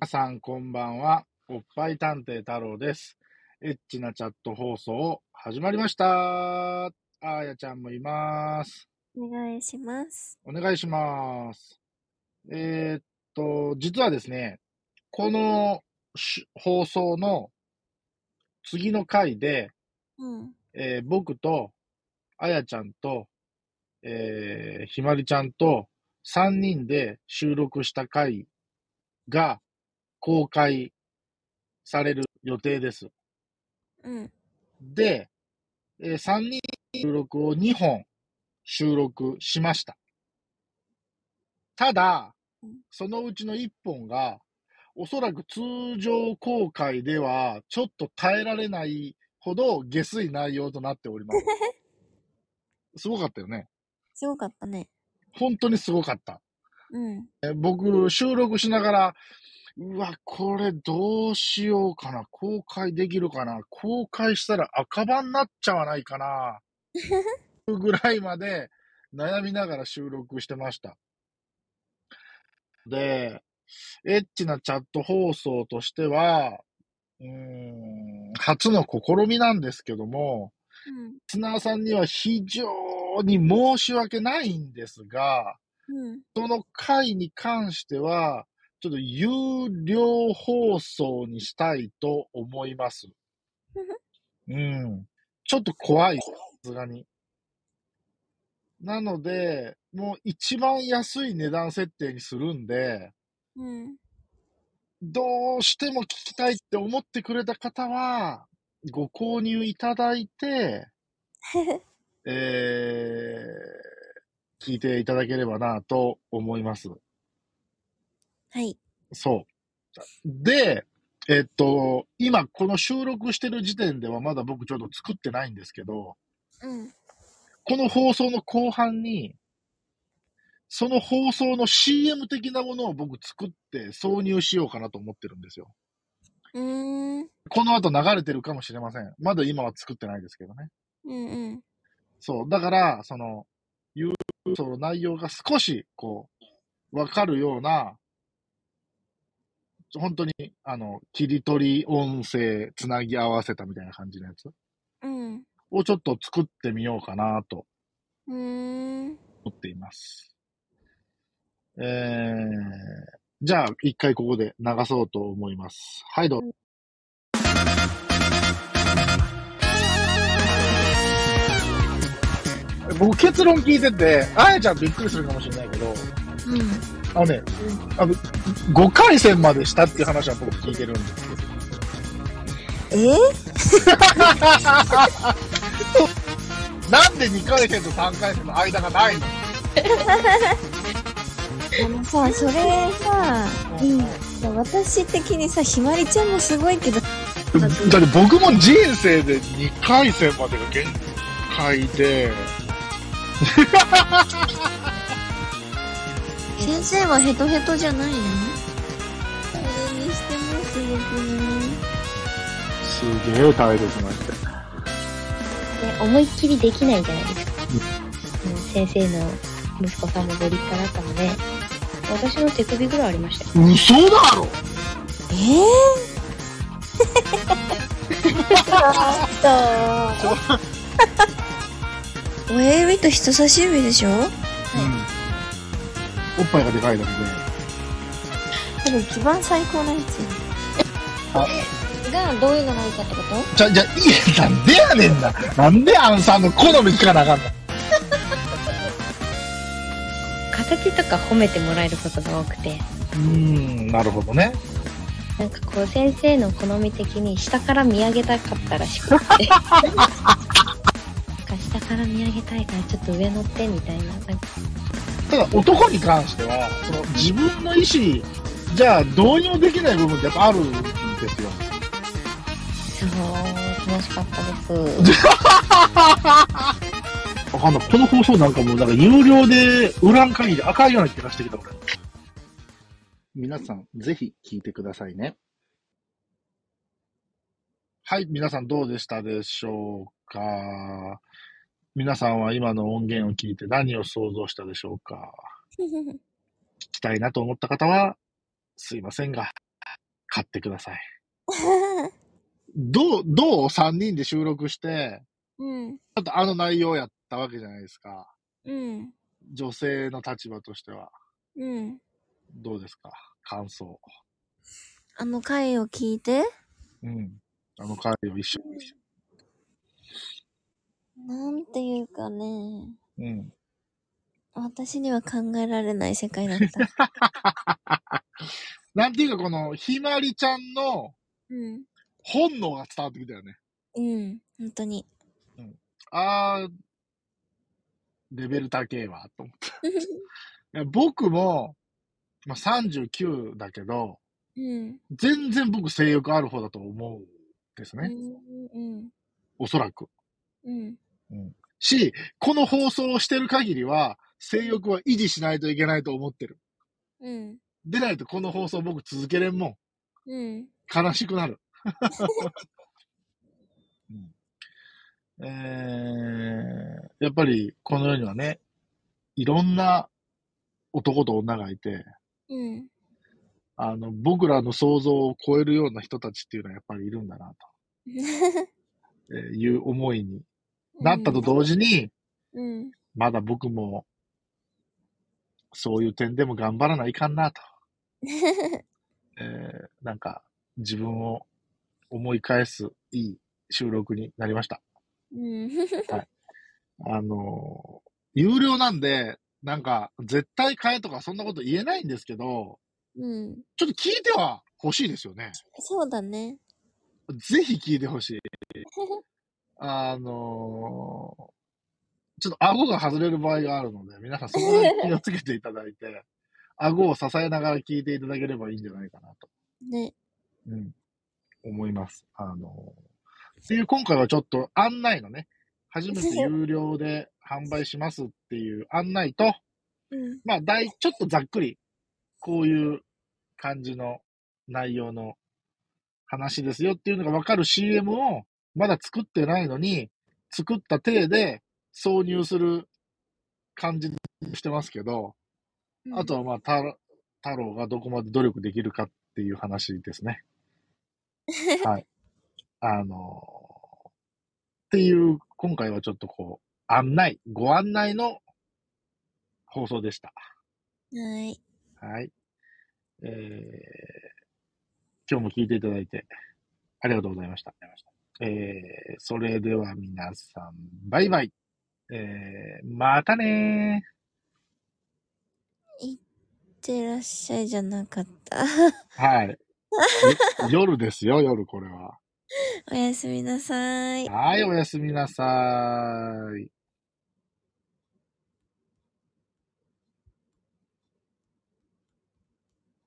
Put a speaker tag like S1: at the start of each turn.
S1: 皆さんこんばんは。おっぱい探偵太郎です。エッチなチャット放送始まりました。あーやちゃんもいます。
S2: お願いします。
S1: お願いします。えーっと、実はですね、このし放送の次の回で、
S2: うん。
S1: えー僕と、あやちゃんと、えーひまりちゃんと、3人で収録した回が公開される予定です。
S2: うん。
S1: で、え3人収録を2本収録しました。ただ
S2: うん、
S1: そのうちの1本が、おそらく通常公開ではちょっと耐えられないほど下水内容となっております。すごかったよね。
S2: すごかったね。
S1: 本当にすごかった。
S2: うん。
S1: え僕、収録しながら、うわ、これどうしようかな。公開できるかな。公開したら赤版になっちゃわないかな。ぐらいまで悩みながら収録してました。で、エッチなチャット放送としては、うーん、初の試みなんですけども、
S2: うん。
S1: リスナーさんには非常に申し訳ないんですが、
S2: うん。
S1: その回に関しては、ちょっと有料放送にしたいと思います。うん。ちょっと怖い、さすがに。なので、もう一番安い値段設定にするんで、
S2: うん。
S1: どうしても聞きたいって思ってくれた方は、ご購入いただいて、えー、聞いていただければなと思います。
S2: はい。
S1: そう。で、えっと、今、この収録してる時点ではまだ僕ちょっと作ってないんですけど、
S2: うん。
S1: この放送の後半に、その放送の CM 的なものを僕作って挿入しようかなと思ってるんですよ。
S2: うーん。
S1: この後流れてるかもしれません。まだ今は作ってないですけどね。
S2: うんうん。
S1: そう。だから、その、言う、その内容が少し、こう、わかるような、本当に、あの、切り取り音声つなぎ合わせたみたいな感じのやつ
S2: うん。
S1: をちょっと作ってみようかなと
S2: うーん。
S1: 思っています。えー、じゃあ、一回ここで流そうと思います。はい、どうぞ。僕結論聞いてて、あやちゃんびっくりするかもしれないけど、
S2: うん。
S1: あのね、あの、5回戦までしたっていう話は僕聞いてるんで。
S2: えー、
S1: なんで2回戦と3回戦の間がないの
S2: あのさ、それさ、うん。私的にさ、ひまりちゃんもすごいけど、
S1: だって僕も人生で2回戦までが限界で、
S2: 先生はヘトヘトじゃないのそれにしてもすごくね。
S1: すげえ態度しました。
S3: ね、思いっきりできないじゃないですか。うん、先生の息子さんもご立派だったので、私の手首ぐらいありましたよ。
S1: 嘘だろ
S2: えー、親指と人差し指でしょ
S1: おっぱいがでかいだけで。
S2: 多分一番最高なやつや
S3: が、どういうのがいいかってこと
S1: じゃ、じゃ、いや、なんでやねんな。なんでアンさんの好み聞かなあかんの
S3: 形とか褒めてもらえることが多く
S1: う
S3: て、
S1: ーん、なるほどね。
S3: なんかこう先生の好み的に下から見上げたかったらし くって。なんか下から見上げたいからちょっと上乗ってみたいな。なんか
S1: ただ、男に関しては、その自分の意思じゃあどうにもできない部分ってやっぱあるんですよ。
S3: そう、楽しかったです。
S1: わかんない。この放送なんかもう、なんか有料で売らん限り赤いような気がしてきた、俺。皆さん、ぜひ聞いてくださいね。はい、皆さんどうでしたでしょうか皆さんは今の音源を聞いて何を想像したでしょうか聞きたいなと思った方は、すいませんが、買ってください。どう、どう ?3 人で収録して、
S2: うん。
S1: ちょっとあの内容やったわけじゃないですか。
S2: うん。
S1: 女性の立場としては。
S2: うん。
S1: どうですか感想。
S2: あの回を聞いて、
S1: うん。あの回を一緒に。
S2: なんていうかね、
S1: うん。
S2: 私には考えられない世界だった。
S1: なんていうか、この、ひまりちゃんの
S2: うん。
S1: 本能が伝わってきたよね。
S2: うん。本当に。
S1: あー、レベル高えわ、と思った。い や僕も、まあ、39だけど、
S2: うん。
S1: 全然僕性欲ある方だと思うんです
S2: う
S1: ね。
S2: ん。うん。
S1: おそらく。
S2: うん。
S1: し、この放送をしてる限りは、性欲は維持しないといけないと思ってる。
S2: うん。
S1: でないとこの放送僕続けれんもん。
S2: うん。
S1: 悲しくなる。うんえーやっぱりこの世にはね、いろんな男と女がいて、
S2: うん。
S1: あの、僕らの想像を超えるような人たちっていうのはやっぱりいるんだな、とえーいう思いになったと同時に、
S2: うん。
S1: まだ僕も、そういう点でも頑張らないかんなと。えーなんか、自分を思い返すいい収録になりました。
S2: うん。
S1: あのー有料なんで、なんか、絶対買えとかそんなこと言えないんですけど、
S2: うん。
S1: ちょっと聞いては欲しいですよね。
S2: そうだね。
S1: ぜひ聞いてほしい。あのーちょっと顎が外れる場合があるので、皆さんそこに気をつけていただいて、顎を支えながら聞いていただければいいんじゃないかなと、
S2: ね。
S1: うん、思います。あのーっていう今回はちょっと案内のね、初めて有料で販売しますっていう案内と、
S2: うん。
S1: まあ、大、ちょっとざっくり、こういう感じの内容の話ですよっていうのがわかる CM を、まだ作ってないのに、作った体で挿入する感じにしてますけど、あとはまあ、た太郎がどこまで努力できるかっていう話ですね。はい。あのーっていう、今回はちょっとこう、案内、ご案内の放送でした。
S2: はい。
S1: はい。えー、今日も聞いていただいて、ありがとうございました。えー、それでは皆さん、バイバイ。えー、またね
S2: いってらっしゃいじゃなかった。
S1: ー。はい。よ夜ですよ、夜これは。
S2: おやすみなさい。
S1: はい、おやすみなさーい。